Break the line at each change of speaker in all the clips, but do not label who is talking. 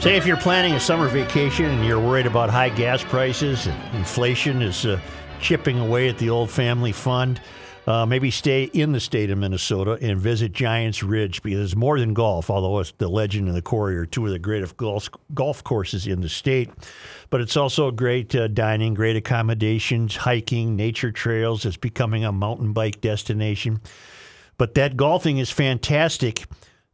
Say if you're planning a summer vacation and you're worried about high gas prices and inflation is uh, chipping away at the old family fund, uh, maybe stay in the state of Minnesota and visit Giants Ridge because it's more than golf, although it's the Legend and the Quarry are two of the greatest golf, golf courses in the state. But it's also great uh, dining, great accommodations, hiking, nature trails. It's becoming a mountain bike destination. But that golfing is fantastic.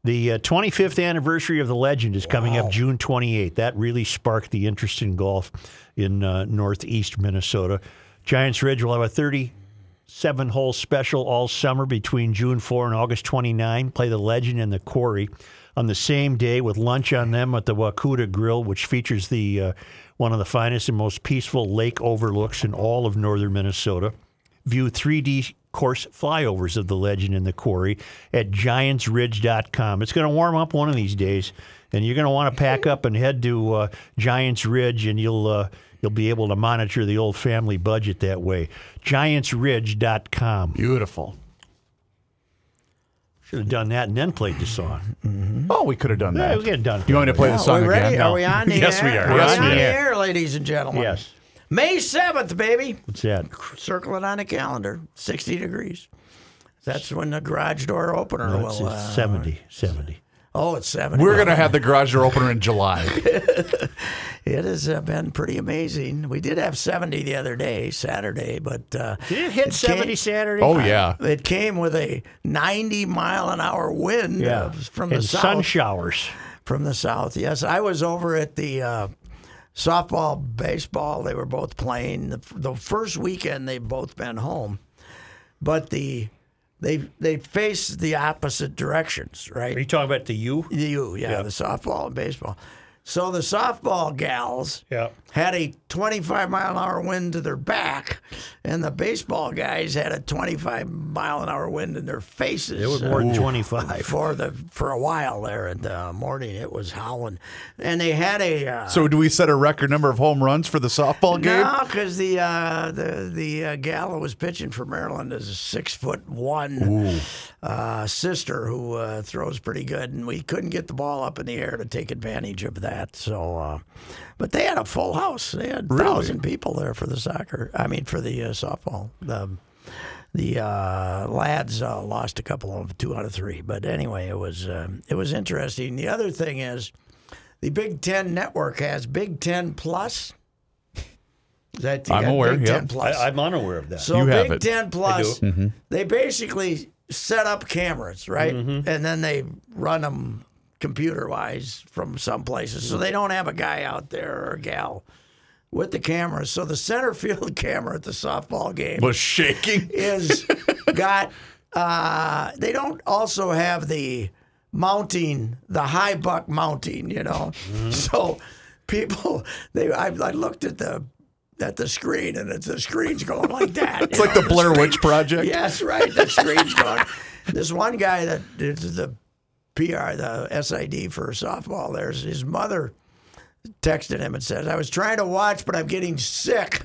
The uh, 25th anniversary of the legend is coming up June 28th. That really sparked the interest in golf in uh, northeast Minnesota. Giants Ridge will have a 37 hole special all summer between June 4 and August 29. Play the legend and the quarry on the same day with lunch on them at the Wakuta Grill, which features the uh, one of the finest and most peaceful lake overlooks in all of northern Minnesota view 3D course flyovers of the legend and the quarry at giantsridge.com. It's going to warm up one of these days, and you're going to want to pack up and head to uh, Giants Ridge, and you'll uh, you'll be able to monitor the old family budget that way. Giantsridge.com.
Beautiful.
Should have done that and then played the song.
Oh, we could have done
Yeah,
that.
we could have done
you want me to play the
Are
song
we ready?
again? No.
Are we on the
yes,
air?
we are.
We're
Yes,
on
we
the
are.
air, ladies and gentlemen.
Yes.
May 7th, baby.
What's that?
Circle it on the calendar. 60 degrees. That's when the garage door opener
No, it's,
will.
it's
Uh,
70. 70.
oh, it's 70.
We're gonna have the garage door opener in July.
It has uh, been pretty amazing. We did have 70 the other day, Saturday, but. Uh,
Did it hit
came-
70 Saturday?
Oh yeah.
It came with a 90 mile an hour wind
Yeah.
uh, from
and
the south.
sun showers.
from the south. Yes, I was over at the uh, softball, baseball. They were both playing the, the first weekend. They've both been home, but the they they face the opposite directions,
Are you
right?
talking about the U?
The U, yeah, the softball and baseball. So the softball gals
Yeah.
had a 25 mile an hour wind to their back, and the baseball guys had a 25 mile an hour wind in their faces.
It was more than 25.
for the for a while there in the morning. It was howling, and they had a uh,
So do we set a record number of home runs for the softball game?
no because the uh, the the uh, gal who was pitching for Maryland is a six foot one uh, sister who uh, throws pretty good, and we couldn't get the ball up in the air to take advantage of that. So, uh, but they had a full house. They had thousand people there for the soccer. I mean, for the uh, softball. The, the uh, lads uh, lost a couple of two out of three. But anyway, it was um it was interesting. The other thing is, the Big Ten Network has Big Ten Plus. Is that you
I'm
got
aware,
Big
yep.
Ten Plus.
I, I'm unaware of that.
so
You
Big
have it. Mm-hmm.
Ten Plus, they basically set up cameras, right,
Mm-hmm.
and then they run them computer wise from some places. So they don't have a guy out there or a gal. With the cameras, so the center field camera at the softball game
Was shaking.
is got uh, they don't also have the mounting the high buck mounting you know
Mm-hmm.
so people they I, I looked at the at the screen and it's the screen's going like that
It's like the Blair Witch Project.
yes right the screen's going this one guy that is the PR the SID for softball there's his mother texted him and says I was trying to watch but I'm getting sick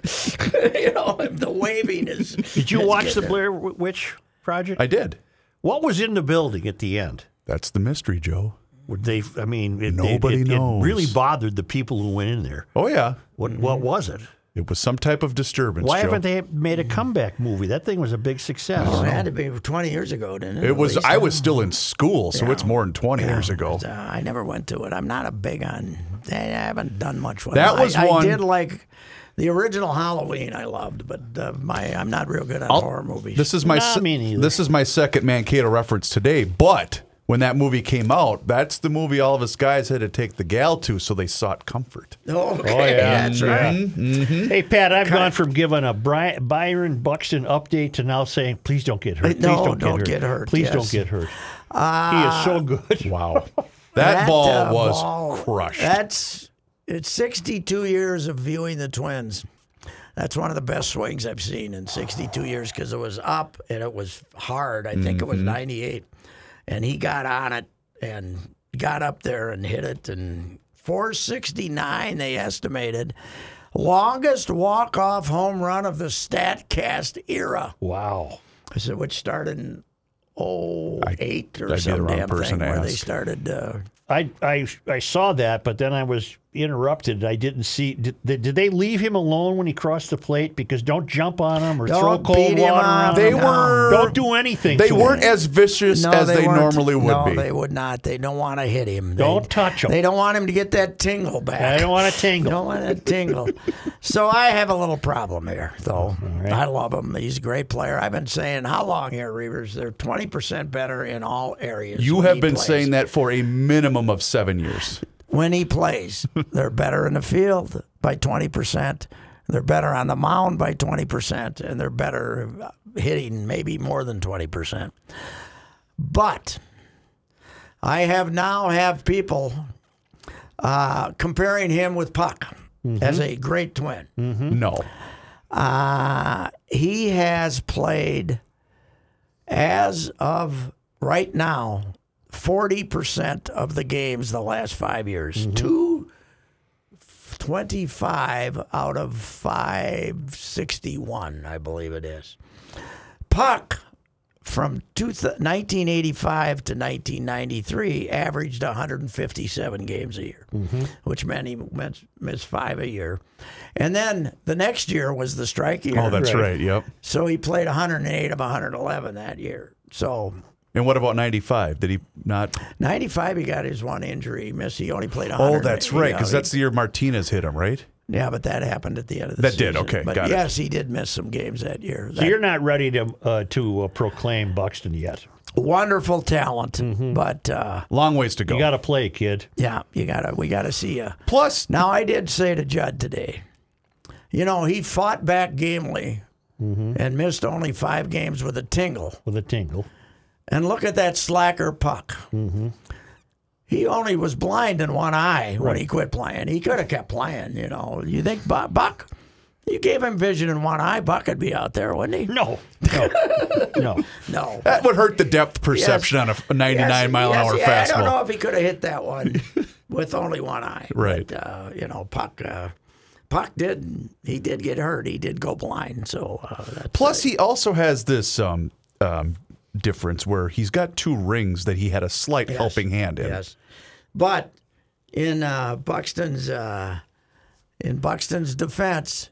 you know the waving is
Did you watch the Blair Wi- Witch Project?
I did.
what was in the building at the end?
That's the mystery, Joe.
Would they? I mean, it,
Nobody
it, it,
knows.
It really bothered the people who went in there.
Oh yeah.
What What was it?
It was some type of disturbance.
Why
Joe.
haven't they made a comeback movie? That thing was a big success.
Well, Oh, it had to be 20 years ago, didn't it?
It
at
was.
least?
I was still in school, so it's more than twenty years ago.
Uh, I never went to it. I'm not a big on. I haven't done much with
That
it.
was
I,
one-
I did like the original Halloween. I loved, but uh, my I'm not real good on horror movies.
This is my.
Nah,
se-
me neither.
this is my second Mankato reference today, but when that movie came out, that's the movie all of us guys had to take the gal to, so they sought comfort.
Okay, Oh, that's
Oh, Yeah.
right.
Hey, Pat, I've gone from giving a Bri- Byron Buxton update to now saying, please don't get hurt. Please
No,
don't,
don't
get, hurt.
get hurt,
Please don't
yes. Ah.
get hurt. he is so good. Wow.
That, ball
uh,
was
ball-
crushed.
That's it's 62 years of viewing the Twins. That's one of the best swings I've seen in 62 years because it was up and it was hard. I think it
Mm-hmm.
was 98, and he got on it and got up there and hit it and 469 they estimated. Longest walk-off home run of the Statcast era.
Wow.
I said, which started in oh eight or
that'd be the
some
wrong
damn thing
person to
where they
ask.
started. Uh,
I, I I saw that, but then I was interrupted. I didn't see. Did, did they leave him alone when he crossed the plate? Because don't jump on him or throw
Don't
cold
beat him
water
up.
on
they
him.
No.
were
Don't do anything.
they
to
weren't
Him.
as vicious
No,
as they,
weren't.
normally would
no,
be.
they would not. They don't want to hit him. They,
Don't touch him.
They don't want him to get that tingle back.
I don't want to tangle.
Don't want that tingle. so I have a little problem here, though. I love him. He's a great player. I've been saying how long here, Reavers? They're twenty percent better in all areas.
You
when
have
he
been
plays.
saying that for a minimum of seven years.
when he plays, they're better in the field by twenty percent. They're better on the mound by twenty percent, and they're better hitting maybe more than twenty percent. But I have now have people uh, comparing him with Puck as a great twin. Mm-hmm.
No.
Uh, he has played as of right now 40% of the games the last five years. Two twenty-five out of 561, I believe it is. Puck from two th- 1985 to 1993 averaged 157 games a year, which meant he missed- missed five a year. And then the next year was the strike year.
Oh, that's
Right.
right. Yep.
So he played 108 of 111 that year. So
And what about 95? Did he not?
95, he got his one injury. He missed. He only played 100.
Oh, that's right. Because that's the year Martinez hit him, right?
yeah, but that happened at the end of the
That
season.
did, okay,
But
got it.
yes, he did miss some games that year.
So
That-
you're not ready to uh, to uh, proclaim Buxton yet.
wonderful talent,
Mm-hmm.
but uh,
Long ways to go.
You got to play, kid.
yeah, you gotta we gotta see you.
Plus,
Now I did say to Judd today, you know he fought back gamely
Mm-hmm.
and missed only five games with a tingle.
with a tingle.
And look at that slacker puck.
Mm-hmm.
He only was blind in one eye when he quit playing. He could have kept playing, you know. You think Bu- Buck? You gave him vision in one eye, Buck would be out there, wouldn't he?
No, no, no.
No.
that would hurt the depth perception on a 99
Yes,
mile an
yes,
hour
yeah, I don't
fastball.
know if he could have hit that one with only one eye.
Right.
But, uh, you know, Puck. Uh, Puck did. He did get hurt. He did go blind. So uh, that's
Plus, he also has this um, um, difference where he's got two rings that he had a slight helping hand in.
Yes, but in uh, Buxton's uh, in Buxton's defense,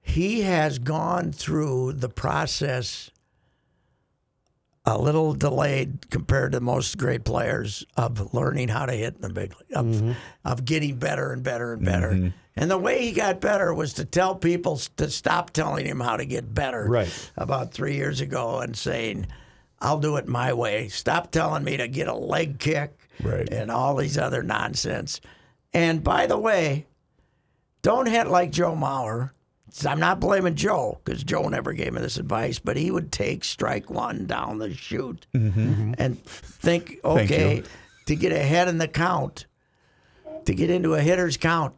he has gone through the process a little delayed compared to most great players of learning how to hit in the big league, of, of getting better and better and better. And the way he got better was to tell people s- to stop telling him how to get better
Right.
about three years ago and saying, I'll do it my way. Stop telling me to get a leg kick
Right.
and all these other nonsense. And by the way, don't hit like Joe Mauer. I'm not blaming Joe because Joe never gave me this advice, but he would take strike one down the chute and think,
Mm-hmm. you.
okay, to get ahead in the count, to get into a hitter's count,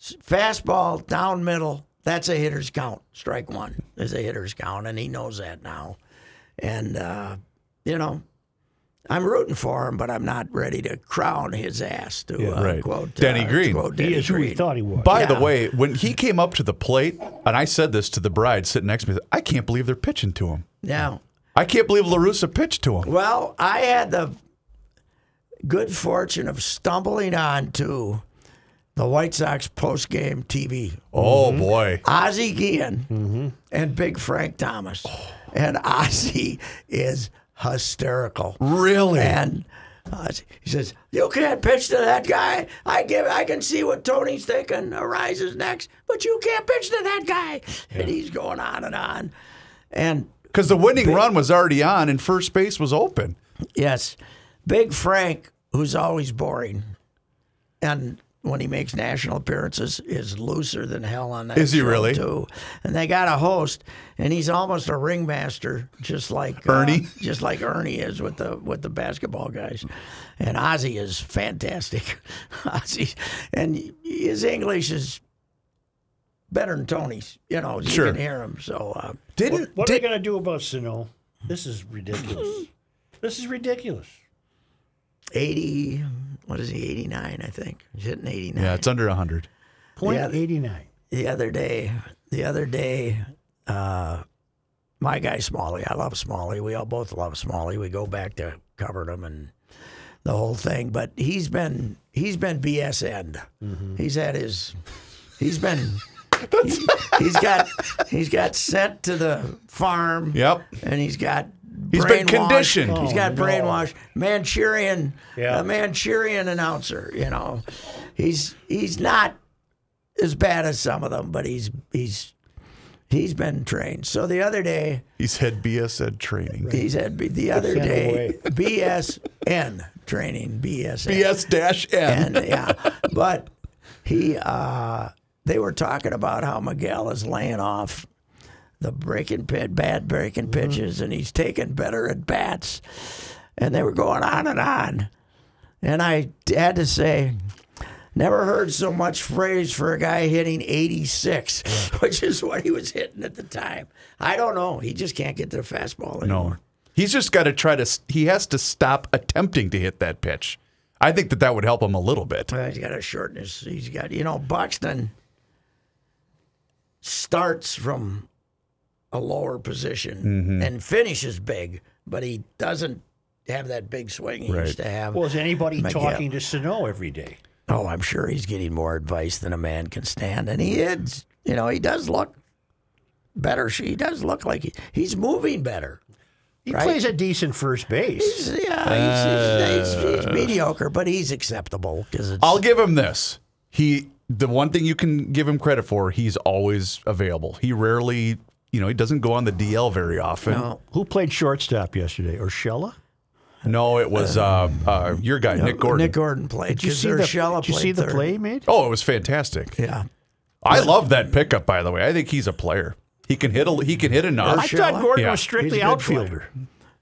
s- fastball down middle, that's a hitter's count. Strike one is a hitter's count, and he knows that now. And, uh, you know, I'm rooting for him, but I'm not ready to crown his ass to uh,
right.
quote
Denny
uh,
Green.
quote
He
Denny
is who he
Green.
thought he was.
By the
Yeah.
way, when he came up to the plate, and I said this to the bride sitting next to me, I can't believe they're pitching to him.
Now,
I can't believe LaRusa pitched to him.
well, I had the good fortune of stumbling onto the White Sox postgame TV.
Oh, boy.
Ozzie Guillen and Big Frank Thomas. And Ozzie is hysterical.
Really?
And uh, he says, "You can't pitch to that guy. I give. I can see what Tony's thinking. Arises next, but you can't pitch to that guy." And he's going on and on. And
Because the winning run was already on and first base was open.
yes, Big Frank, who's always boring, and when he makes national appearances, is looser than hell on that.
Is he
show,
really?
Too. And they got a host, and he's almost a ringmaster, just like uh,
Ernie?
just like Ernie is with the with the basketball guys. And Ozzy is fantastic. Ozzy, and his English is better than Tony's. You know, you
Sure.
can hear him. So. Uh,
Didn't
What are
did,
they going to do about Sano? This is ridiculous. this is ridiculous.
80, what is he, 89, I think. He's hitting 89.
Yeah, it's under 100.
Point
Yeah.
89.
The other day, the other day, uh, my guy Smalley, I love Smalley. We all both love Smalley. We go back to covered him and the whole thing, but he's been, he's been BSN. He's had his, he's been, he, has got, he's got sent to the farm.
Yep.
and he's got
He's been
brainwashed.
conditioned.
he's got
Oh, no.
brainwashed Manchurian,
Yeah.
a Manchurian announcer. You know, he's he's not as bad as some of them, but he's he's he's been trained. So the other day
He said BSN training.
he said the other
Sent
day BSN training BSN
BS dash N.
and yeah, but he uh, they were talking about how Miguel is laying off the breaking pit, bad breaking pitches, and he's taking better at bats, and they were going on and on, and I had to say. Never heard so much praise for a guy hitting 86, which is what he was hitting at the time. I don't know. He just can't get to the fastball anymore.
No. He's just got to try to, s- he has to stop attempting to hit that pitch. I think that that would help him a little bit.
Well, he's got to shorten his. He's got you know Buxton starts from a lower position
Mm-hmm.
and finishes big, but he doesn't have that big swing he
Right.
used to have.
Well, is anybody
Miguel.
talking to Sano every day?
oh, I'm sure he's getting more advice than a man can stand, and he is. You know, he does look better. He does look like he, he's moving better.
He
Right.
plays a decent first base.
He's- yeah, he's, he's,
Uh.
he's, he's mediocre, but he's acceptable because it's.
I'll give him this. He the one thing you can give him credit for, he's always available. He rarely, you know, he doesn't go on the DL very often. No,
Who played shortstop yesterday? Urshela?
it was uh, uh, your guy, Nick Gordon.
Nick Gordon played.
Did you see, the,
Urshela
did you
played
see the
third.
play he made?
oh, it was fantastic.
Yeah.
I love that pickup, by the way. I think he's a player. He can hit a he can hit a knock.
I thought
Urshela?
Gordon
Yeah.
was strictly
He's a good
outfielder.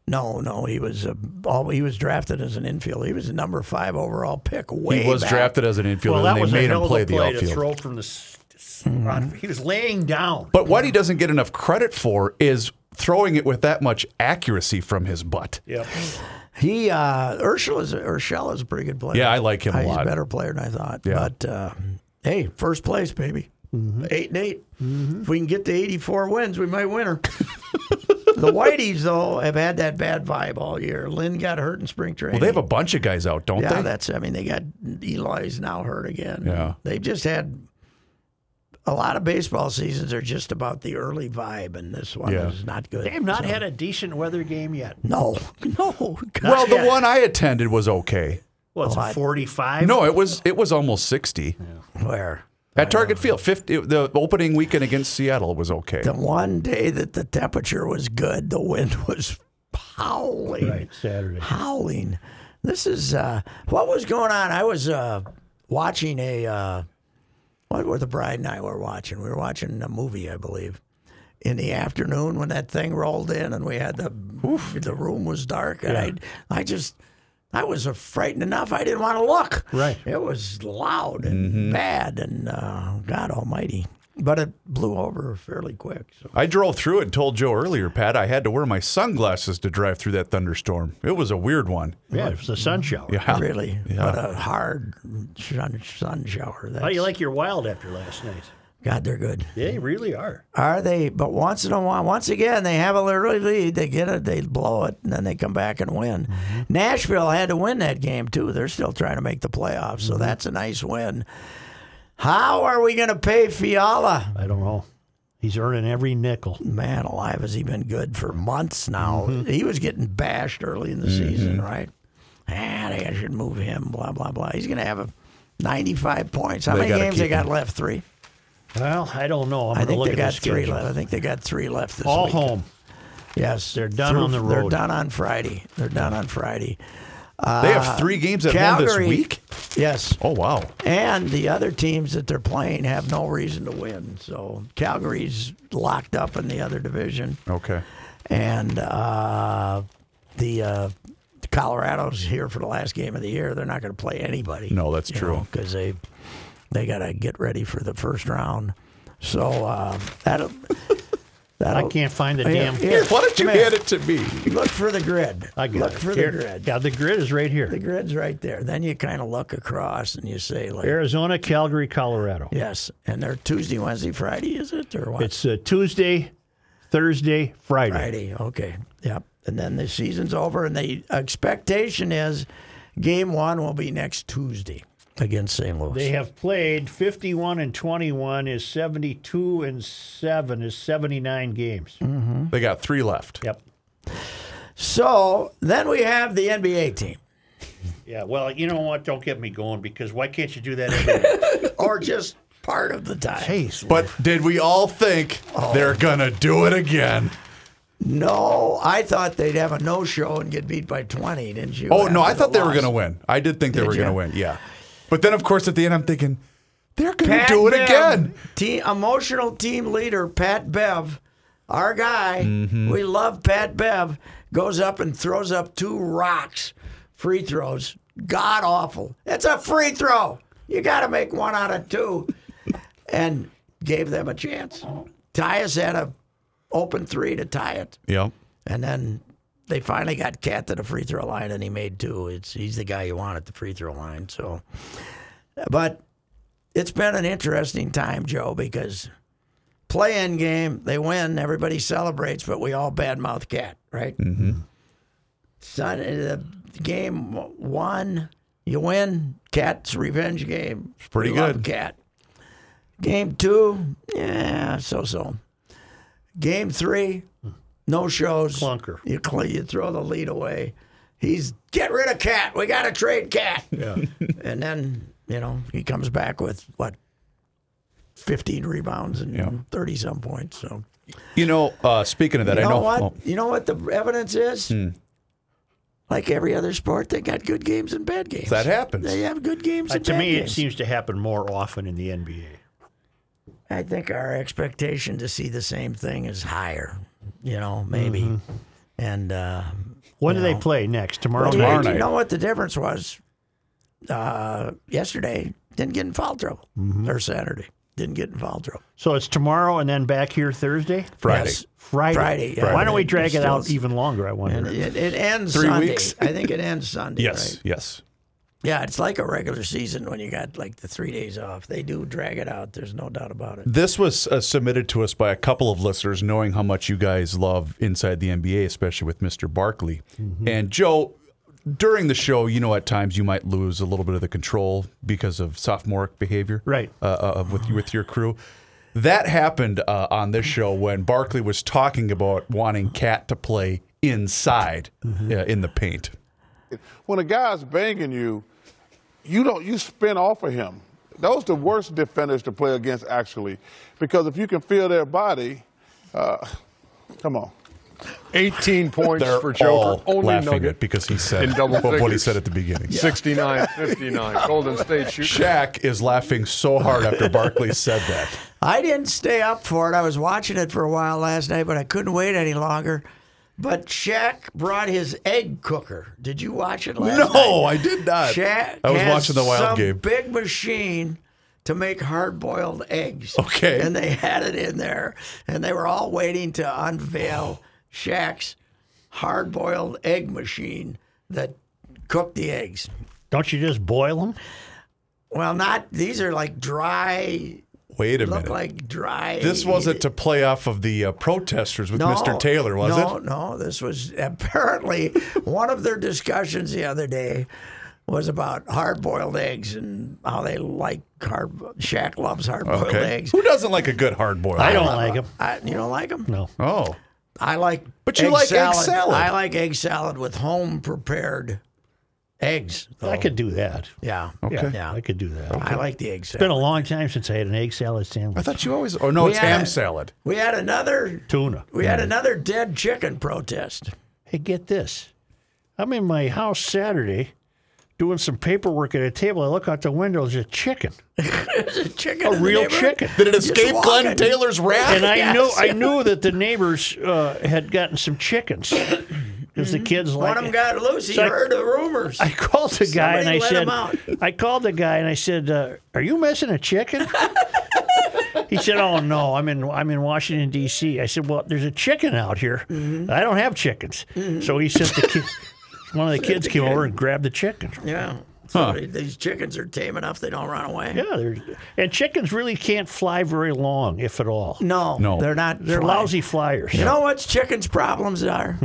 No, no, he was a, all, he was drafted as an infielder. He was a number five overall pick. Way
He was
back.
drafted as an infielder,
Well, that
and
was a
they made
hell
him
of
play
a
the
play to
outfield.
throw from the. s- s- on- He was laying down.
But what he doesn't get enough credit for is throwing it with that much accuracy from his butt.
Yeah.
He uh, Urshel is Urshel is a pretty good player.
Yeah, I like him a
he's
lot.
a better player than I thought.
Yeah.
But uh, hey, first place, baby. Eight and 8 If we can get to eighty-four wins, we might win her. the Whiteys though have had that bad vibe all year. Lynn got hurt in spring training.
Well, they have a bunch of guys out, don't
Yeah,
they?
that's. I mean, they got Eli's now hurt again.
Yeah.
they've just had a lot of baseball seasons are just about the early vibe, and this one
Yeah.
is not good.
They have not had a decent weather game yet.
No, no.
well, the
Yeah.
one I attended was okay.
Well, it's
Oh,
a
I-
45.
No, it was it was almost sixty
where
at Target Field. Fifty. The opening weekend against Seattle was okay.
the one day that the temperature was good, the wind was howling,
Right, Saturday.
howling. This is uh, what was going on. I was uh, watching a. Uh, what were the bride and I were watching? We were watching a movie, I believe, in the afternoon when that thing rolled in, and we had the the room was dark, and I I just I was frightened enough I didn't want to look.
Right.
it was loud and bad, and uh, God Almighty, but it blew over fairly quick. So
I drove through it and told Joe earlier, Pat, I had to wear my sunglasses to drive through that thunderstorm. It was a weird one.
Yeah, it was a sun shower.
Yeah.
really, what a hard sun, sun shower. That's,
How do you like your wild after last night?
God, they're good.
They really are.
Are they? But once in a while, once again, they have a little lead. They get it, they blow it, and then they come back and win.
Mm-hmm.
Nashville had to win that game too. They're still trying to make the playoffs,
Mm-hmm.
so that's a nice win. How are we going to pay Fiala?
I don't know. He's earning every nickel.
Man, alive has he been good for months now.
Mm-hmm.
He was getting bashed early in the season, right? Ah, they should move him. Blah blah blah. He's going to have a 95 points. How
They
many
gotta
games they
keep
got
him.
left? Three.
Well, I don't know. I'm
I
gonna
think
look
they
at
got
the
three
schedule.
left. I think they got three left this
All
week.
home.
Yes,
They're done on the
They're
road.
done on Friday. They're done on Friday.
they have three games at home this
Uh, Calgary,
week.
Yes.
Oh wow.
And the other teams that they're playing have no reason to win. So Calgary's locked up in the other division.
Okay.
And uh, the uh, Colorado's here for the last game of the year. They're not going to play anybody.
No, that's true.
Because they they got to get ready for the first round. So uh, that'll, that'll.
I can't find the
Oh, Yeah,
damn.
yeah.
Here, why don't you
Come here.
hand it to me?
Look for the grid.
I got
look
it.
for
Here.
the grid.
Yeah, the grid is right here.
The grid's right there. Then you kind of look across and you say, like,
Arizona, Calgary, Colorado.
yes. And they're Tuesday, Wednesday, Friday, is it? Or what?
It's uh, Tuesday, Thursday, Friday.
Friday. Okay. Yep. And then the season's over, and the expectation is game one will be next Tuesday against St. Louis.
They have played 51 and 21 is 72 and 7 is 79 games.
Mm.
They got three left.
Yep.
so then we have the NBA team,
Yeah, well, you know what? Don't get me going because why can't you do that every day?
or just part of the time.
But did we all think
Oh.
they're gonna do it again?
No, I thought they'd have a no show and get beat by 20, didn't you?
Oh no, I
after
thought
the
they were
loss?
gonna win. I did think they were
ya?
gonna win. Yeah. But then of course at the end I'm thinking they're gonna
Pat
do it
Bev,
again.
Team, emotional team leader Pat Bev, our guy,
Mm-hmm.
we love Pat Bev, goes up and throws up two rocks, free throws. God awful. It's a free throw. You got to make one out of two. and gave them a chance. Tyus had a open three to tie it.
Yep.
And then they finally got Cat to the free throw line, and he made two. It's he's the guy you want at the free throw line. So, but it's been an interesting time, Joe, because play-in game they win, everybody celebrates, but we all badmouth Cat, right? Mm-hmm. Son, uh, the game one, you win. Cat's revenge game. It's
pretty good.
Cat. Game two, yeah, so so. Game three, no shows.
Clunker.
You, cl- you throw the lead away. He's get rid of Cat. We got to trade Cat. Yeah. and then you know he comes back with what, fifteen rebounds and thirty some points. So
You know, uh, speaking of that,
you
I
know,
know
what?
oh,
You know what the evidence is? Like every other sport, they got good games and bad games.
that happens.
They have good games
Uh,
and
to
bad
me, it
games.
seems to happen more often in the NBA.
I think our expectation to see the same thing is higher. You know, maybe. And uh,
When do they play next? Tomorrow,
but
night?
you,
night.
know what the difference was? Uh, yesterday didn't get in foul trouble,
Mm-hmm.
or Saturday didn't get in foul trouble.
So it's tomorrow and then back here Thursday?
Friday.
Yes.
Friday.
Friday, yeah.
Why don't we drag it
Still-
out even longer, I
And
wonder?
it, it ends
Three
Sunday.
weeks?
I think it ends Sunday.
Yes,
right?
yes.
Yeah, it's like a regular season when you got like the three days off. They do drag it out. There's no doubt about it.
This was uh, submitted to us by a couple of listeners, knowing how much you guys love Inside the NBA, especially with Mr. Barkley. And Joe, during the show, you know, at times you might lose a little bit of the control because of sophomoric behavior,
Right.
Uh, uh, with with your crew, that happened uh, on this show when Barkley was talking about wanting Cat to play inside uh, in the paint.
when a guy's banging you, you don't you spin off of him. Those the worst defenders to play against actually, because if you can feel their body, uh, come on.
18 points
They're
for Joker.
all
Only
laughing
Nugget.
at because he said
in double
what, what he
figures.
said at the beginning.
69 59. Golden State shooting.
Shaq is laughing so hard after Barkley said that.
I didn't stay up for it. I was watching it for a while last night, but I couldn't wait any longer. But Shaq brought his egg cooker. Did you watch it last night?
No, I did not.
Shaq
I was
has
watching the Wild
some
game.
Big machine to make hard-boiled eggs.
Okay.
And they had it in there, and they were all waiting to unveil Shaq's hard-boiled egg machine that cooked the eggs.
Don't you just boil them?
Well, not these are like dry,
Wait a
look
minute.
like dry.
this wasn't to play off of the uh, protesters with
No,
Mr. Taylor, was
no,
it?
No, this was apparently one of their discussions the other day was about hard-boiled eggs and how they like hard. Shaq loves hard-boiled eggs.
Who doesn't like a good hard boiled?
I
Uh,
don't like them.
I, you don't like them?
No.
Oh.
I like.
But you like egg salad.
I like egg salad with home-prepared eggs.
I could do that.
Yeah.
Yeah,
oh. Yeah.
I could do that.
I like the egg
It's been
salad.
a long time since I had an egg salad
I
sandwich.
thought you always. Oh, no, it's
Yeah.
ham salad.
We had another.
Tuna.
We had another dead chicken protest.
Hey, get this. I'm in my house Saturday doing some paperwork at a table. I look out the window, there's a chicken,
a chicken.
a
in the
real
neighborhood?
chicken.
Did it
Just
escape Glenn
walking.
Taylor's wrath?
And I
Yes.
knew I knew that the neighbors uh, had gotten some chickens because the kids
One
like
of them
it.
got loose. He
So I-
heard the rumors.
I called the guy
Somebody let him
and I
out.
said, I called the guy and I said, uh, "Are you missing a chicken?" he said, "Oh no, I'm in I'm in Washington D.C." I said, "Well, there's a chicken out here.
Mm-hmm.
I don't have chickens." So he sent the kid. One of the kids came over and grabbed the chicken.
yeah. So they- these chickens are tame enough; they don't run away.
Yeah, there's, and chickens really can't fly very long, if at all.
No,
No.
Mm, they're not.
They're
flying.
lousy flyers.
You know what chickens' problems are?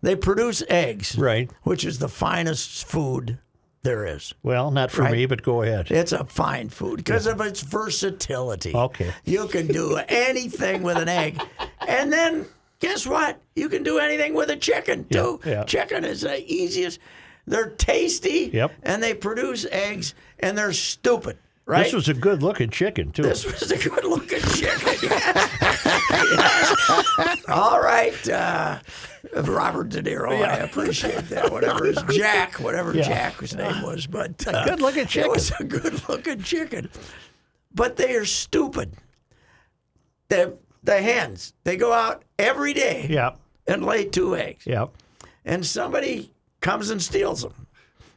They produce eggs,
Right.
Which is the finest food there is.
Well, not for me,
Right.
but go ahead.
It's a fine food because of its versatility.
Okay.
You can do anything with an egg. And then guess what? You can do anything with a chicken too.
yeah.
Chicken is the easiest. They're tasty.
Yep.
And they produce eggs and they're stupid. Right?
This was a good-looking chicken too.
This was a good looking chicken. Yes. All right. Uh, Robert De Niro. I appreciate that. Whatever his Jack, whatever Jack's name was. But uh,
good looking chicken.
It was a good looking chicken. But they are stupid. The, the hens, they go out every day
Yep.
and lay two eggs.
Yep.
And somebody comes and steals them.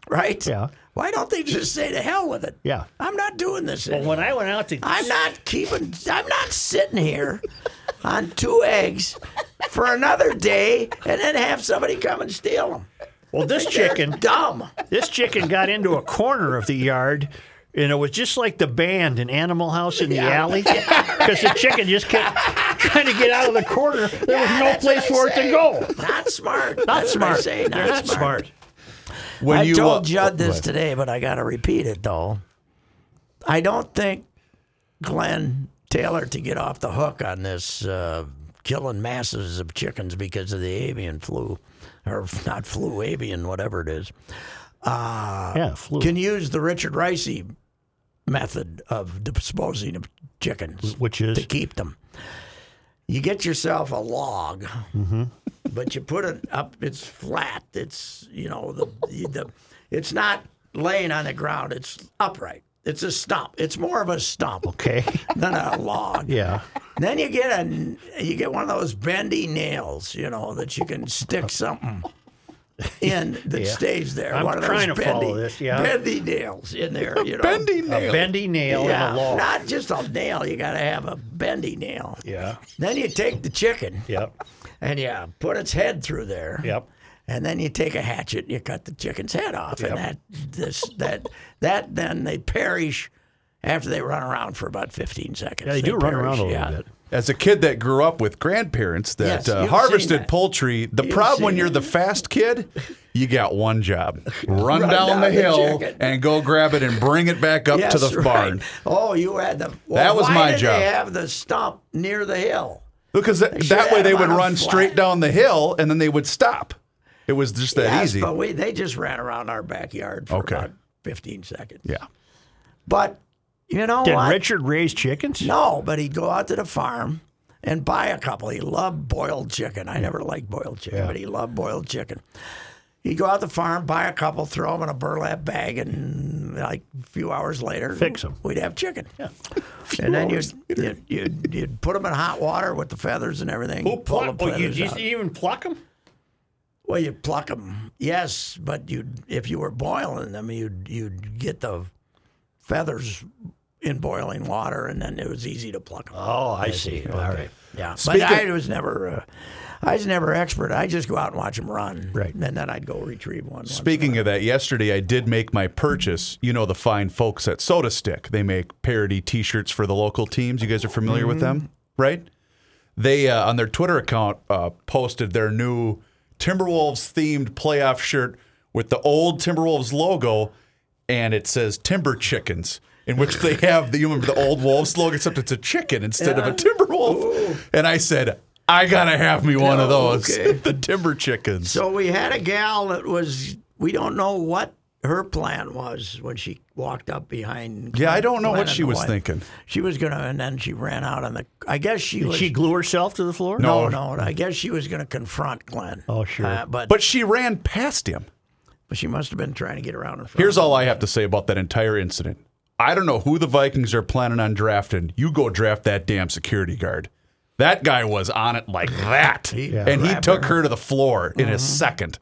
Right?
Yeah.
Why don't they just say to hell with it?
Yeah.
I'm not doing this
But
anymore.
when I went out to
I'm not keeping. I'm not sitting here on two eggs for another day and then have somebody come and steal them.
well, this chicken
Dumb.
This chicken got into a corner of the yard. And it was just like the band in Animal House in the alley, because the chicken just kept trying to get out of the corner. There was no
that's what
place
I
for it to
say.
go.
Not smart.
Not
That's
smart.
What I say.
They're
Not, smart.
when
I
you
told
uh,
Judd this
right.
today, but I got to repeat it though. I don't think Glenn Taylor to get off the hook on this uh, killing masses of chickens because of the avian flu, or not flu, avian, whatever it is.
yeah, flew.
can use the Richard Ricey method of disposing of chickens
which is
to keep them. You get yourself a log,
Mm-hmm.
but you put it up. It's flat. It's you know the, the it's not laying on the ground. It's upright. It's a stump. It's more of a stump
okay.
than a log.
Yeah,
Then you get a you get one of those bendy nails, you know, that you can stick something in that stays there.
I'm
one of
trying to
those
follow
bendy,
this, yeah.
bendy nails in there, you know.
bendy
a
nail.
bendy nail
Yeah,
and a log.
not just a nail. You got to have a bendy nail.
yeah,
Then you take the chicken
yep,
and you put its head through there.
yep.
And then you take a hatchet and you cut the chicken's head off, and that this that that then they perish after they run around for about fifteen seconds.
Yeah, they, do run
perish,
around a little
yeah.
bit.
As a kid that grew up with grandparents that
Yes,
uh,
you've
harvested
seen that.
poultry, the
You've
problem when
seen
you're
it.
the fast kid, you got one job: run, down,
down
the
the
hill
chicken.
and go grab it and bring it back up to
Yes,
the
right.
barn.
Oh, you had the. Well,
That was
why
my
did
job.
They have the stump near the hill.
Because that,
should
that way
have
they
them
would
on a
run
flat.
straight down the hill and then they would stop. It was just that
Yes,
easy.
But we they just ran around our backyard for
Okay.
about fifteen seconds.
Yeah.
But you know
Did
what?
Richard raise chickens?
No, but he'd go out to the farm and buy a couple. He loved boiled chicken. I never liked boiled chicken, but he loved boiled chicken. He'd go out to the farm, buy a couple, throw them in a burlap bag, and like a few hours later,
Fix 'em.
We'd have chicken. Yeah. and then you'd, you'd, you'd, you'd put them in hot water with the feathers and everything. pull the
Oh, you
feathers
just
out.
even pluck them?
Well, you'd pluck them, yes, but you would if you were boiling them, you'd you'd get the feathers in boiling water, and then it was easy to pluck them.
Oh, I see. All right.
yeah,
Speaking-
but I was never, uh, I was never expert. I just go out and watch them run,
Right.
and then I'd go retrieve one. once in a
Speaking of that, yesterday I did make my purchase. You know the fine folks at Soda Stick. They make parody T-shirts for the local teams. You guys are familiar with them, right? They uh, on their Twitter account uh, posted their new Timberwolves themed playoff shirt with the old Timberwolves logo, and it says Timber Chickens. In which they have the you remember the old wolves slogan, except it's a chicken instead of a Timberwolf. And I said, I gotta have me one of those,
Okay.
the Timber Chickens.
So we had a gal that was we don't know what her plan was when she walked up behind.
Yeah, I don't know what
Glennon,
she
the
was
wife,
thinking.
She was gonna, and then she ran out on the. I guess she
Did
was.
she glue herself to the floor?
no, Oh, no. I guess she was gonna confront Glenn.
Oh, sure.
Uh, but,
But she ran past him.
she must have been trying to get around in front.
Here's all I have to say about that entire incident. I don't know who the Vikings are planning on drafting. You go draft that damn security guard. That guy was on it like that. and he took her Mm-hmm. to the floor in a second.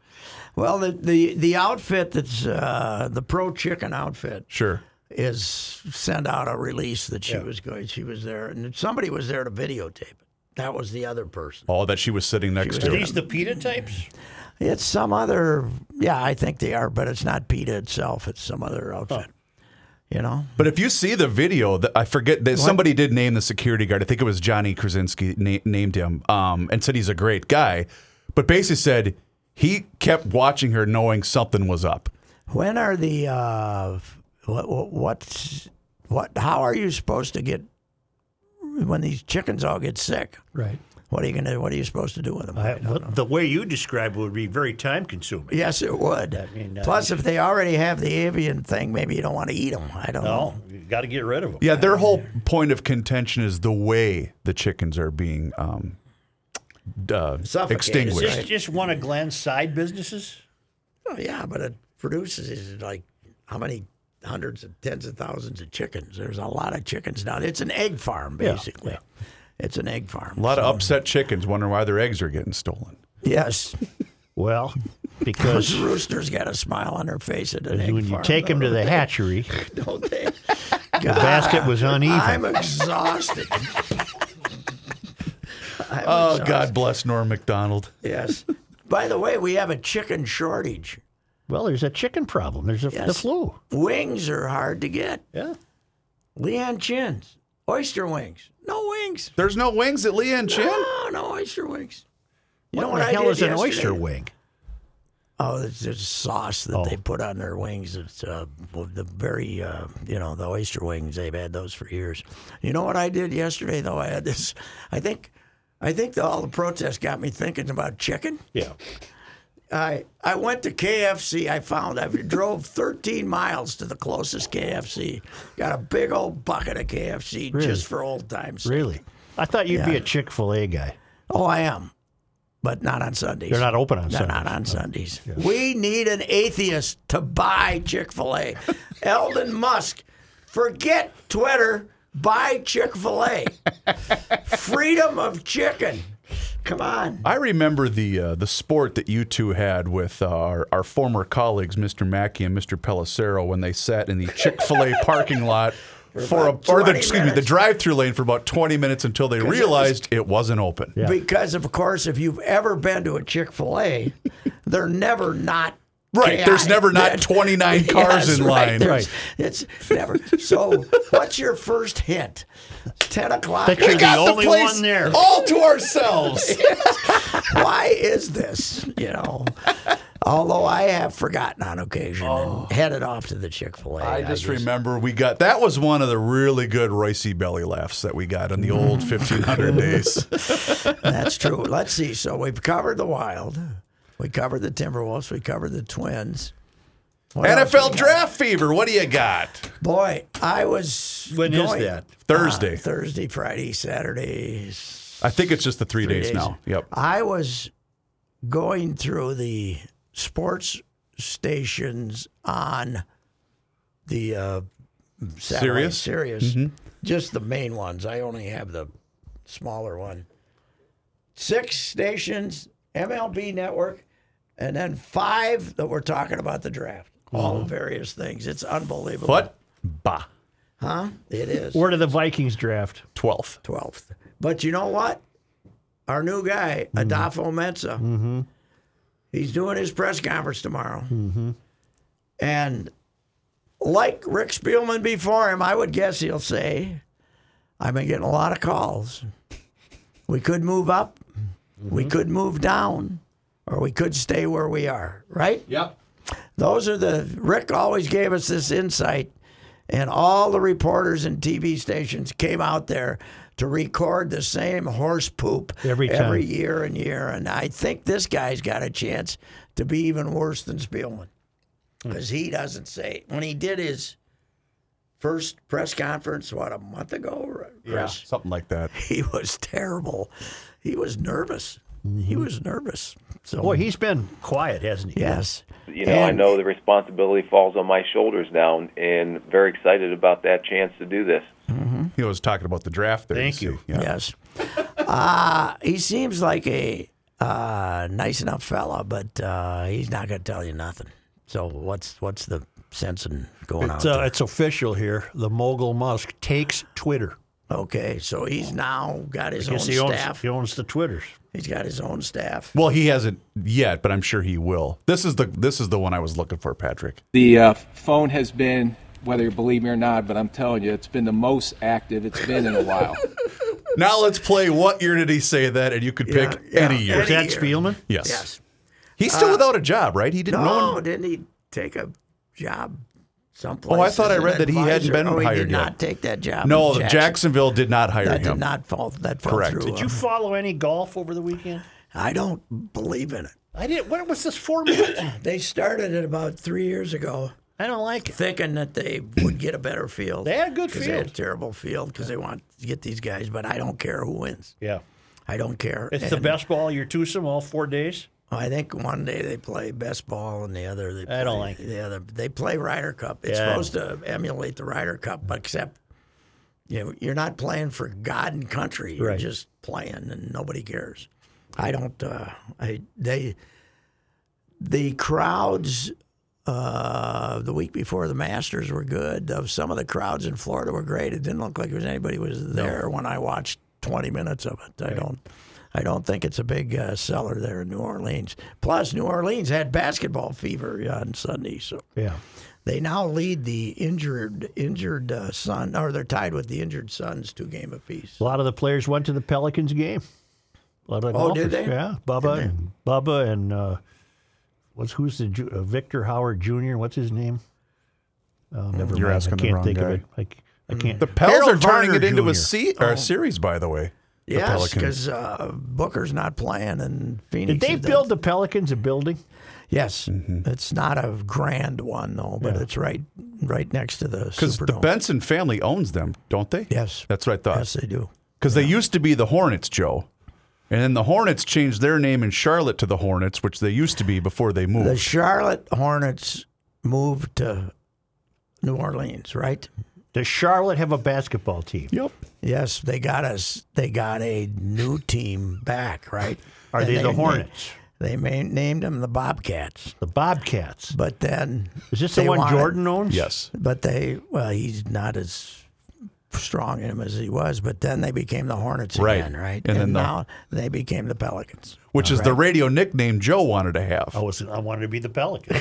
Well, the the, the outfit that's uh, the pro chicken outfit
Sure.
is sent out a release that she was going. She was there, and somebody was there to videotape it. That was the other person.
Oh, that she was sitting next
Are
to.
these the PETA types?
It's some other. Yeah, I think they are, but it's not PETA itself. It's some other outfit. You know.
But if you see the video, that I forget that somebody did name the security guard. I think it was Johnny Krasinski na- named him um, and said he's a great guy, but basically said he kept watching her, knowing something was up.
When are the uh, what, what what's what? How are you supposed to get when these chickens all get sick?
Right.
What are you gonna? What are you supposed to do with them?
I, what, the way you describe it would be very time consuming.
Yes, it would.
mean, uh,
Plus, if they already have the avian thing, maybe you don't want to eat them. I don't
No,
know.
Oh, you got to get rid of them.
Yeah, their whole point of contention is the way the chickens are being um, d- uh,
Is
Suffocated,
extinguished.
this just one of Glenn's side businesses?
Oh, yeah, but it produces like how many hundreds of tens of thousands of chickens? There's a lot of chickens now. It's an egg farm, basically. It's an egg farm.
A lot of upset chickens wondering why their eggs are getting stolen.
Yes,
Well,
those
because
roosters got a smile on their face at an egg
when you
farm,
take them to the hatchery,
don't they?
the basket was uneven.
I'm exhausted. I'm
Oh,
exhausted.
God bless Norm McDonald.
Yes. By the way, we have a chicken shortage.
Well, there's a chicken problem. There's a, the
Yes.
flu.
Wings are hard to get.
Yeah.
Leon Chin's oyster wings. No wings.
There's no wings at Lee and Chin.
No, no oyster wings. You know
What
what
the
I
hell
did
is an
yesterday?
oyster wing?
Oh, it's this sauce that they put on their wings. It's uh, well, the very, uh, you know, the oyster wings. They've had those for years. You know what I did yesterday though? I had this. I think, I think the, all the protests got me thinking about chicken.
Yeah.
I I went to KFC. I found I drove 13 miles to the closest KFC. Got a big old bucket of KFC
Really?
just for old times. sake.
Really? I thought you'd be
Yeah.
a Chick fil A guy.
Oh, I am, but not on Sundays.
They're not open on
They're
Sundays. Oh,
not on Sundays. We need an atheist to buy Chick Fil A. Eldon Musk, forget Twitter. Buy Chick Fil A. Freedom of chicken. Come on.
I remember the uh, the sport that you two had with uh, our, our former colleagues, Mr. Mackey and Mr. Pellicero, when they sat in the Chick Fil A parking lot for a,
about
or the
20
excuse me, the
minutes.
drive through lane for about 20 minutes until they realized it, was, not open.
Yeah.
Because of course, if you've ever been to a Chick Fil A, they're never not
Right, there's
chaotic.
never not
That-
29 cars
Yes,
in
right,
line.
there's- It's never. So, what's your first hint? Ten o'clock.
That you're the only one there.
Oh.
all to ourselves.
Why is this? You know. Although I have forgotten on occasion and headed off to the Chick Fil A.
Oh. I just remember we got that was one of the really good ricey belly laughs that we got in the old 1500 days.
That's true. Let's see. So we've covered the Wild. We covered the Timberwolves. We covered the Twins. What else we
NFL
got?
draft fever. What do you got?
Boy, I was.
When is
going-
that?
Thursday.
Uh, Thursday, Friday, Saturday. s-
I think it's just the three, days,
days. Ah.
now. Yep.
I was going through the sports stations on the uh, satellite
Sirius?
Sirius, just the main ones. I only have the smaller one. Six stations, MLB Network, and then five that were talking about the draft. All the various things. It's unbelievable.
But bah,
Huh? It is.
Where do the Vikings draft?
12th.
12th. But you know what? Our new guy, Adolfo Mensa, he's doing his press conference tomorrow. And like Rick Spielman before him, I would guess he'll say, I've been getting a lot of calls. We could move up, we
Mm-hmm.
could move down, or we could stay where we are, right?
Yep.
Those are the Rick always gave us this insight, and all the reporters and TV stations came out there to record the same horse poop
Every time.
every year and year. And I think this guy's got a chance to be even worse than Spielman. because he doesn't say when he did his first press conference what a month ago. Chris?
something like that.
he was terrible. He was nervous. He was nervous. So
Mm-hmm. Boy, he's been quiet, hasn't he?
yes,
you know, I
And-
know the responsibility falls on my shoulders now, and, and very excited about that chance to do this.
He was talking about the draft there.
Thank you.
see. Yeah.
Yes, uh, he seems like a uh, nice enough fella, but uh, he's not going to tell you nothing. So what's what's the sense in going out
It's, uh, it's official here. The mogul Musk takes Twitter.
there? Okay, so he's now got his own
Guess he owns,
staff.
he owns the Twitters.
He's got his own staff.
Well, he hasn't yet, but I'm sure he will. This is the this is the one I was looking for, Patrick.
The uh, phone has been, whether you believe me or not, but I'm telling you, it's been the most active it's been in a while.
Now let's play. What year did he say that? And you could pick
yeah.
any year.
Is that
year.
Spielman?
Yes.
Yes. Uh,
He's still without a job, right? He didn't.
No,
one-
didn't he take a job someplace?
Oh, I thought I
as an
read that he hadn't
advisor?
been
oh, he
hired
did
yet.
Not take that job.
no,
in Jackson.
Jacksonville did not hire
That
him.
did not fall. That fell
Correct.
through.
Did
Did you follow any golf over the weekend?
I don't believe in it.
I didn't. What was this format?
They started it about three years ago,
I don't like it.
thinking that they would get a better field.
They had a good
'Cause They had a
field.
terrible field because they want to get these guys. But I don't care who wins.
Yeah.
I don't care.
It's the
And
best ball you're twosome all four days.
Oh, I think one day they play best ball, and the other they. Play,
I don't like it.
the other. They play Ryder Cup. It's
Yeah.
supposed to emulate the Ryder Cup, but except you know, you're not playing for God and country. You're
Right.
just playing, and nobody cares. I don't. Uh, I they the crowds. Uh, the week before the Masters were good. Of some of the crowds in Florida were great. It didn't look like there was anybody was there when I watched 20 minutes of it. I don't, I don't think it's a big uh, seller there in New Orleans. Plus, New Orleans had basketball fever uh, on Sunday, so
Yeah.
they now lead the injured injured uh, Sun, or they're tied with the injured Suns, two game apiece.
A lot of the players went to the Pelicans game. A lot of the
Oh, did
golfers.
they?
Yeah, Bubba, and Bubba, and uh, what's who's the Ju- uh, Victor Howard Jr. What's his name? Oh, never
You're
mind.
asking
I
the
can't
wrong
think
guy.
of it. Like I can't.
The Pels
Harold
are turning
Varner
it into
Jr..
a, se- or
Oh.
a series, by the way. The
Yes,
Pelicans.
because uh, Booker's not playing, and Phoenix.
Did they
is done.
build the Pelicans a building?
Yes,
Mm-hmm.
it's not a grand one though, but it's right right next to the
Because the
Superdome.
Benson family owns them, don't they?
Yes.
That's what I thought.
Yes, they do.
Because they used to be the Hornets, Joe. And then the Hornets changed their name in Charlotte to the Hornets, which they used to be before they moved.
The Charlotte Hornets moved to New Orleans, right?
Does Charlotte have a basketball team?
yep.
Yes, they got us. They got a new team back, right?
Are
And
they the Hornets?
They, ma- named them the Bobcats,
The Bobcats.
but then
Is this
they
the one
wanted-
Jordan owns?
Yes.
But they well, he's not as strong in him as he was. But then they became the Hornets
Right.
again, right?
And then the-
now they became the Pelicans.
Which is the radio nickname Joe wanted to have.
Oh,
I was. I wanted to be the Pelicans.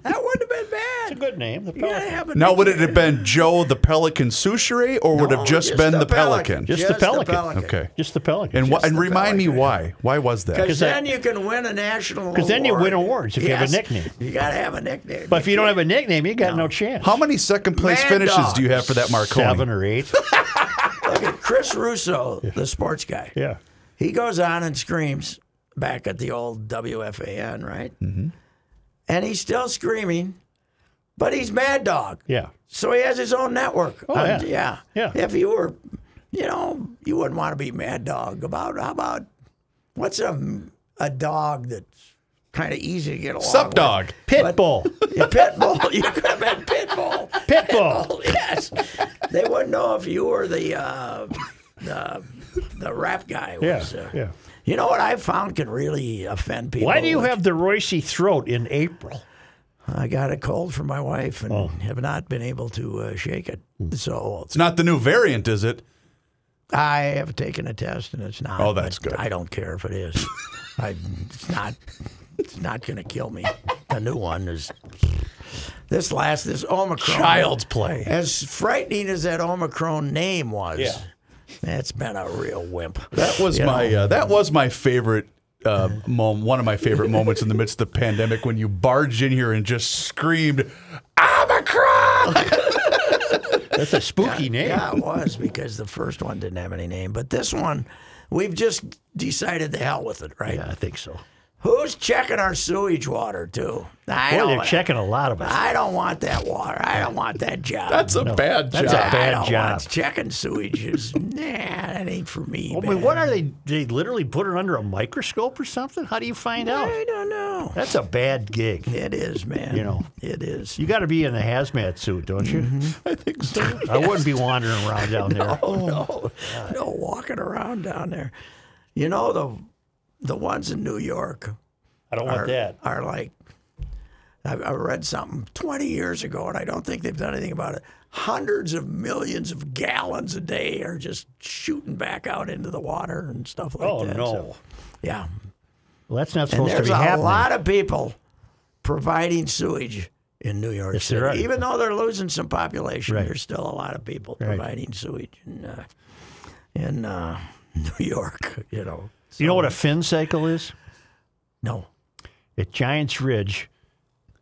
That wouldn't have been
It's a
bad.
good name. The
You gotta
Pelicans.
have a
now, would it
nickname.
have been Joe the Pelican Souchere, or would it
No,
have just, been the, Pelican?
Just the Pelican.
Okay.
Just the Pelicans.
And, wh- and
the
remind me
Pelican.
why. Why was that?
Because then you can win a national award.
'Cause then you win awards if you have a
Yes.
nickname.
You got to have a nickname.
But if you don't have a nickname, you got no, chance.
How many second place
Mad
finishes
Dog.
do you have for that Marconi?
Seven or eight.
Chris Russo, the sports guy,
yeah.
he goes on and screams back at the old WFAN, right? Mm-hmm. And he's still screaming, but he's Mad Dog.
Yeah.
So he has his own network. Oh,
yeah.
yeah.
Yeah.
If you were, you know, you wouldn't want to be mad dog about, how about, what's a, a dog that's kind of easy to get along
Sup, dog.
Pitbull.
with? Yeah, pit bull. You could have been pit bull.
Pitbull.
Oh, yes. they wouldn't know if you were the, uh, the, the rap guy.
Yeah.
Was, uh,
Yeah.
You know what I found can really offend people?
Why do you have the Roycey throat in April?
I got a cold from my wife and
Oh.
have not been able to uh, shake it.
Hmm.
So
It's not the new variant, is it?
I have taken a test and it's not.
Oh, that's
but
good.
I don't care if it is. I, it's not. It's not going to kill me. The new one is. This last this Omicron.
Child's play.
As frightening as that Omicron name was,
Yeah.
it's been a real wimp.
That was
You know?
my uh, that was my favorite uh, mom, one of my favorite moments in the midst of the pandemic when you barged in here and just screamed, "Omicron!"
That's a spooky name.
Yeah, it was because the first one didn't have any name, but this one, we've just decided the hell with it, right?
Yeah, I think so.
Who's checking our sewage water too? I Ah,
Boy,
don't.
they're checking a lot of us.
I don't want that water. I don't want that job.
That's a bad
that's
job.
a bad
I don't
job.
Want checking sewage is nah. That ain't for me.
I mean,
man.
what are they? They literally put it under a microscope or something? How do you find out?
I don't know.
That's a bad gig.
It is, man.
You know.
it is.
You got to be in a hazmat suit, don't you? I think so. I wouldn't be wandering around down there.
Mm-hmm. Oh, no, no walking around down there. You know the the ones in New York
I don't want
are,
that.
are like I, I read something 20 years ago and I don't think they've done anything about it. Hundreds of millions of gallons a day are just shooting back out into the water and stuff like
Oh
that.
no!
So, yeah.
Well, that's not
And
supposed to
there's
be
a
happening.
lot of people providing sewage in New York
Yes,
City.
there are.
Even though they're losing some population,
Right.
there's still a lot of people
Right.
providing sewage in, uh, in uh, New York, you know.
you know what a fin cycle is?
No.
At Giants Ridge,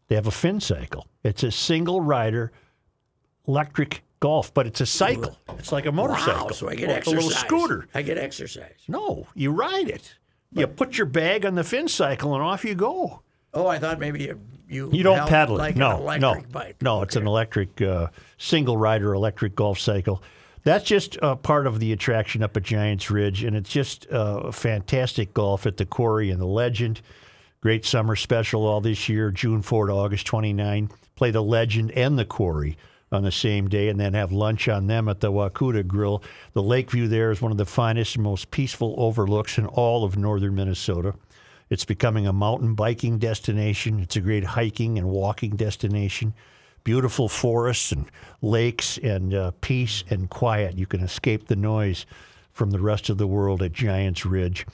they have a fin cycle. It's a single rider electric golf, but it's a cycle. It's like a motorcycle.
Wow, so I get
or it's
exercise.
a little scooter.
I get exercise.
No, you ride it. You put your bag on the fin cycle and off you go.
Oh, I thought maybe you you,
You don't
held
paddle it.
like
no,
an electric
no,
bike.
no. It's an electric uh, single rider electric golf cycle. That's just uh, part of the attraction up at Giants Ridge, and it's just uh, fantastic golf at the Quarry and the Legend. Great summer special all this year, June 4 to August 29. Play the Legend and the Quarry on the same day, and then have lunch on them at the Wakuta Grill. The lake view there is one of the finest and most peaceful overlooks in all of northern Minnesota. It's becoming a mountain biking destination. It's a great hiking and walking destination. Beautiful forests and lakes and uh, peace and quiet. You can escape the noise from the rest of the world at Giants Ridge.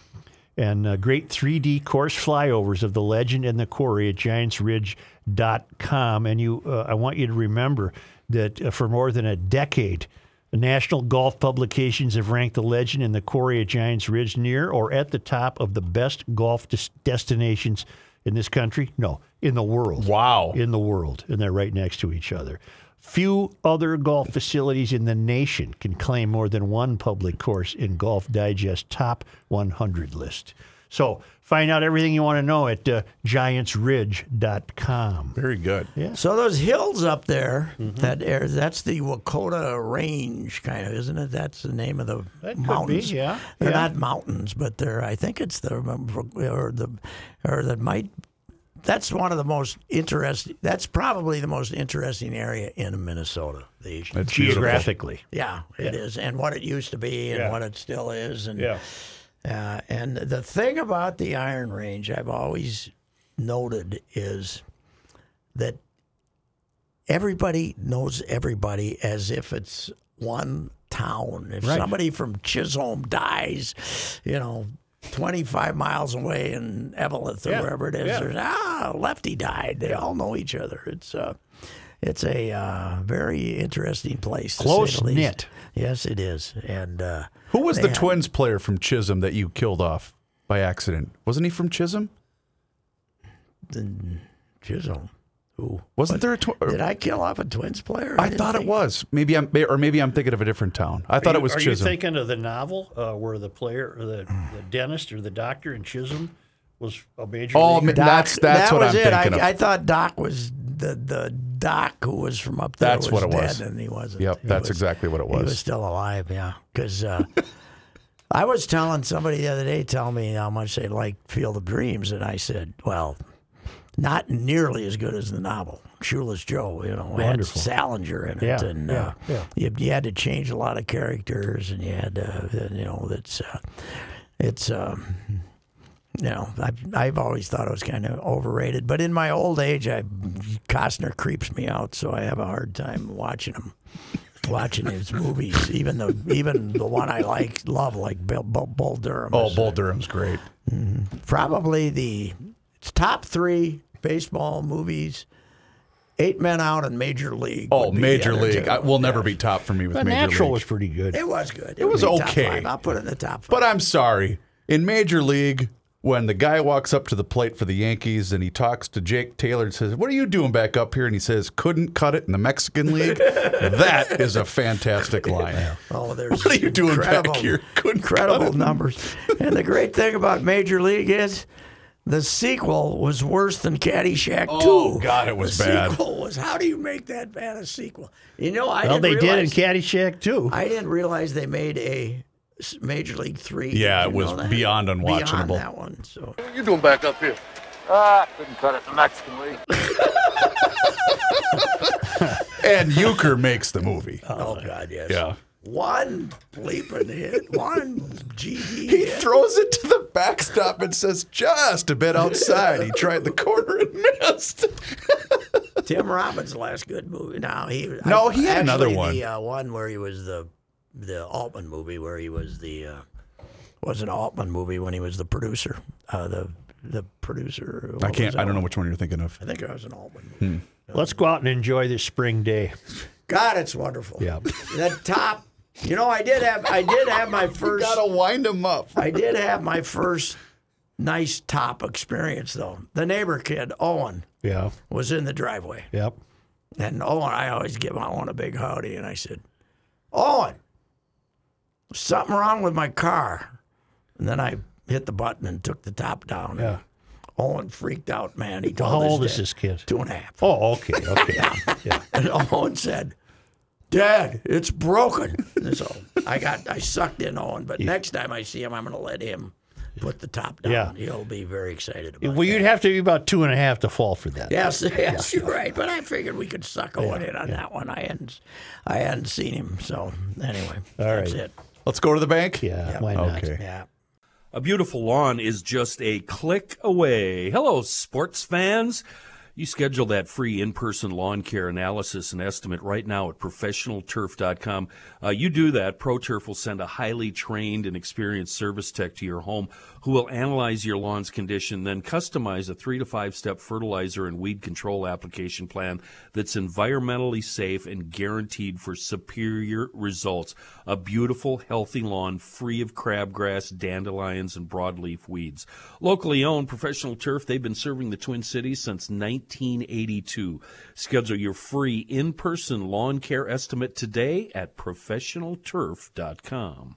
And uh, great 3D course flyovers of the legend and the quarry at giantsridge.com. And you, uh, I want you to remember that uh, for more than a decade, the national golf publications have ranked the legend and the quarry at Giants Ridge near or at the top of the best golf des- destinations in this country. No, in the world.
Wow.
In the world. And they're right next to each other. Few other golf facilities in the nation can claim more than one public course in Golf Digest top 100 list. So find out everything you want to know at uh, giantsridge.com.
Very good.
So those hills up there,
Mm-hmm.
that air, that's the Wakota Range, kind of, isn't it? That's the name of the
That could be,
mountains.
yeah,
they're
yeah.
not mountains, but they're. I think it's the or the or that might. That's one of the most interesting. That's probably the most interesting area in Minnesota. The
That's beautiful.
Geographically.
Yeah, it is, and what it used to be, and what it still is, and
Yeah.
uh, and the thing about the Iron Range, I've always noted, is that everybody knows everybody as if it's one town. If somebody from Chisholm dies, you know, 25 miles away in Eveleth or wherever it is, there's, ah, Lefty died. They all know each other. It's uh, it's a uh, very interesting place. to say the least.
Close-knit.
Yes, it is. And uh,
Who was the Twins player from Chisholm that you killed off by accident? Wasn't he from Chisholm?
Chisholm. Who?
Wasn't there a Twin?
Did I kill off a Twins player?
I
didn't
thought it
think-
was. Maybe I'm, or maybe I'm thinking of a different town. I thought it was
Are
Chisholm.
you thinking of the novel uh, where the player, or the, the dentist, or the doctor in Chisholm was a major?
oh,
leaguer?
ma- that's that's
that
what
was
I'm
it.
thinking
I,
of.
I thought Doc was the the Doc who was from up there.
That's
was
what it
dead,
was.
and he wasn't.
yep,
He
that's
was-
exactly what it was.
He was still alive. Yeah, because uh, I was telling somebody the other day, tell me how much they liked Field of Dreams, and I said, well, not nearly as good as the novel. Shoeless Joe, you know, had
Wonderful.
Salinger in it,
Yeah,
and
yeah,
uh,
yeah.
You, you had to change a lot of characters, and you had to, you know, that's uh, it's. Um, you know, I've, I've always thought it was kind of overrated, but in my old age, I Costner creeps me out, so I have a hard time watching him, watching his movies, even the even the one I like, love, like Bill, Bull, Bull Durham.
oh,
is
Bull Durham's great.
probably the top three baseball movies. Eight Men Out and Major League.
Oh,
would be
Major League. I,
entertaining.
will never be top for me with
The
Major
natural
League.
was pretty good.
It was good. It,
was
would be top
okay.
five. I'll put it in the top five.
But I'm sorry. In Major League, when the guy walks up to the plate for the Yankees and he talks to Jake Taylor and says, What are you doing back up here? And he says, Couldn't cut it in the Mexican League. that is a fantastic line.
Oh, there's
What are you doing back
incredible-
here? Couldn't cut
incredible
it.
numbers. and the great thing about Major League is The sequel was worse than Caddyshack
Oh,
2.
God, it was
the
bad.
sequel was, how do you make that bad a sequel? You know, I
Well,
didn't
they did in
realize,
Caddyshack too.
I didn't realize they made a s- Major League 3.
Yeah,
Did
it
you
was
know that?
beyond unwatchable. Oh,
Beyond that one. So.
What are you doing back up here? Ah, couldn't cut it. The Mexican League.
And Euchre makes the movie.
Oh, God, yes.
Yeah.
One bleeping hit, one E. GD
He
hit.
throws it to the backstop and says, just a bit outside. He tried the corner and missed.
Tim Robbins' last good movie. Now he
No, he had another
actually
one.
The uh, one where he was the the Altman movie, where he was the uh, was an Altman movie when he was the producer. Uh, the the producer.
I
what was
can't,
that
I don't know
one?
which one you're thinking of.
I think it was an Altman. Movie.
Let's go out and enjoy this spring day.
God, it's wonderful.
Yeah.
The top. You know, I did have I did have my first.
wind him up.
I did have my first nice top experience though. The neighbor kid Owen
Yeah.
was in the driveway.
Yep.
And Owen, I always give Owen a big howdy. And I said, Owen, something wrong with my car. And then I hit the button and took the top down.
Yeah.
Owen freaked out, man. He
Well,
told
how
his
old is
dad,
this kid?
Two and a half.
Oh, okay. Okay. yeah.
And Owen said, Dad, it's broken. And so I got, I sucked in Owen. But next time I see him, I'm going to let him put the top down.
Yeah.
He'll be very excited about it.
Well, you'd have to be about two and a half to fall for that.
Yes, yes, you're right. But I figured we could suck Owen in on that one. I hadn't, I hadn't seen him. So anyway, that's
right.
it.
Let's go to the bank.
Yeah. Why not?
Okay.
Yeah.
A beautiful lawn is just a click away. Hello, sports fans. You schedule that free in-person lawn care analysis and estimate right now at professionalturf.com. Uh, you do that, ProTurf will send a highly trained and experienced service tech to your home who will analyze your lawn's condition, then customize a three to five step fertilizer and weed control application plan that's environmentally safe and guaranteed for superior results. A beautiful, healthy lawn free of crabgrass, dandelions, and broadleaf weeds. Locally owned professional turf, they've been serving the Twin Cities since 1982. Schedule your free in person lawn care estimate today at professionalturf.com.